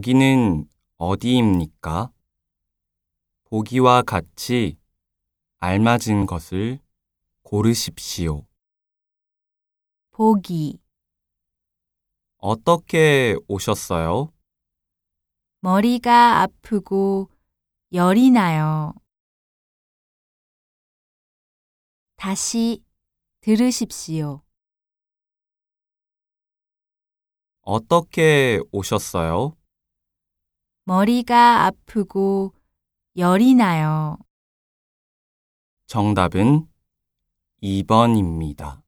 여기는 어디입니까? 보기와 같이 알맞은 것을 고르십시오. 보기, 어떻게 오셨어요? 머리가 아프고 열이 나요. 다시 들으십시오. 어떻게 오셨어요? 머리가 아프고 열이 나요. 정답은 2번입니다.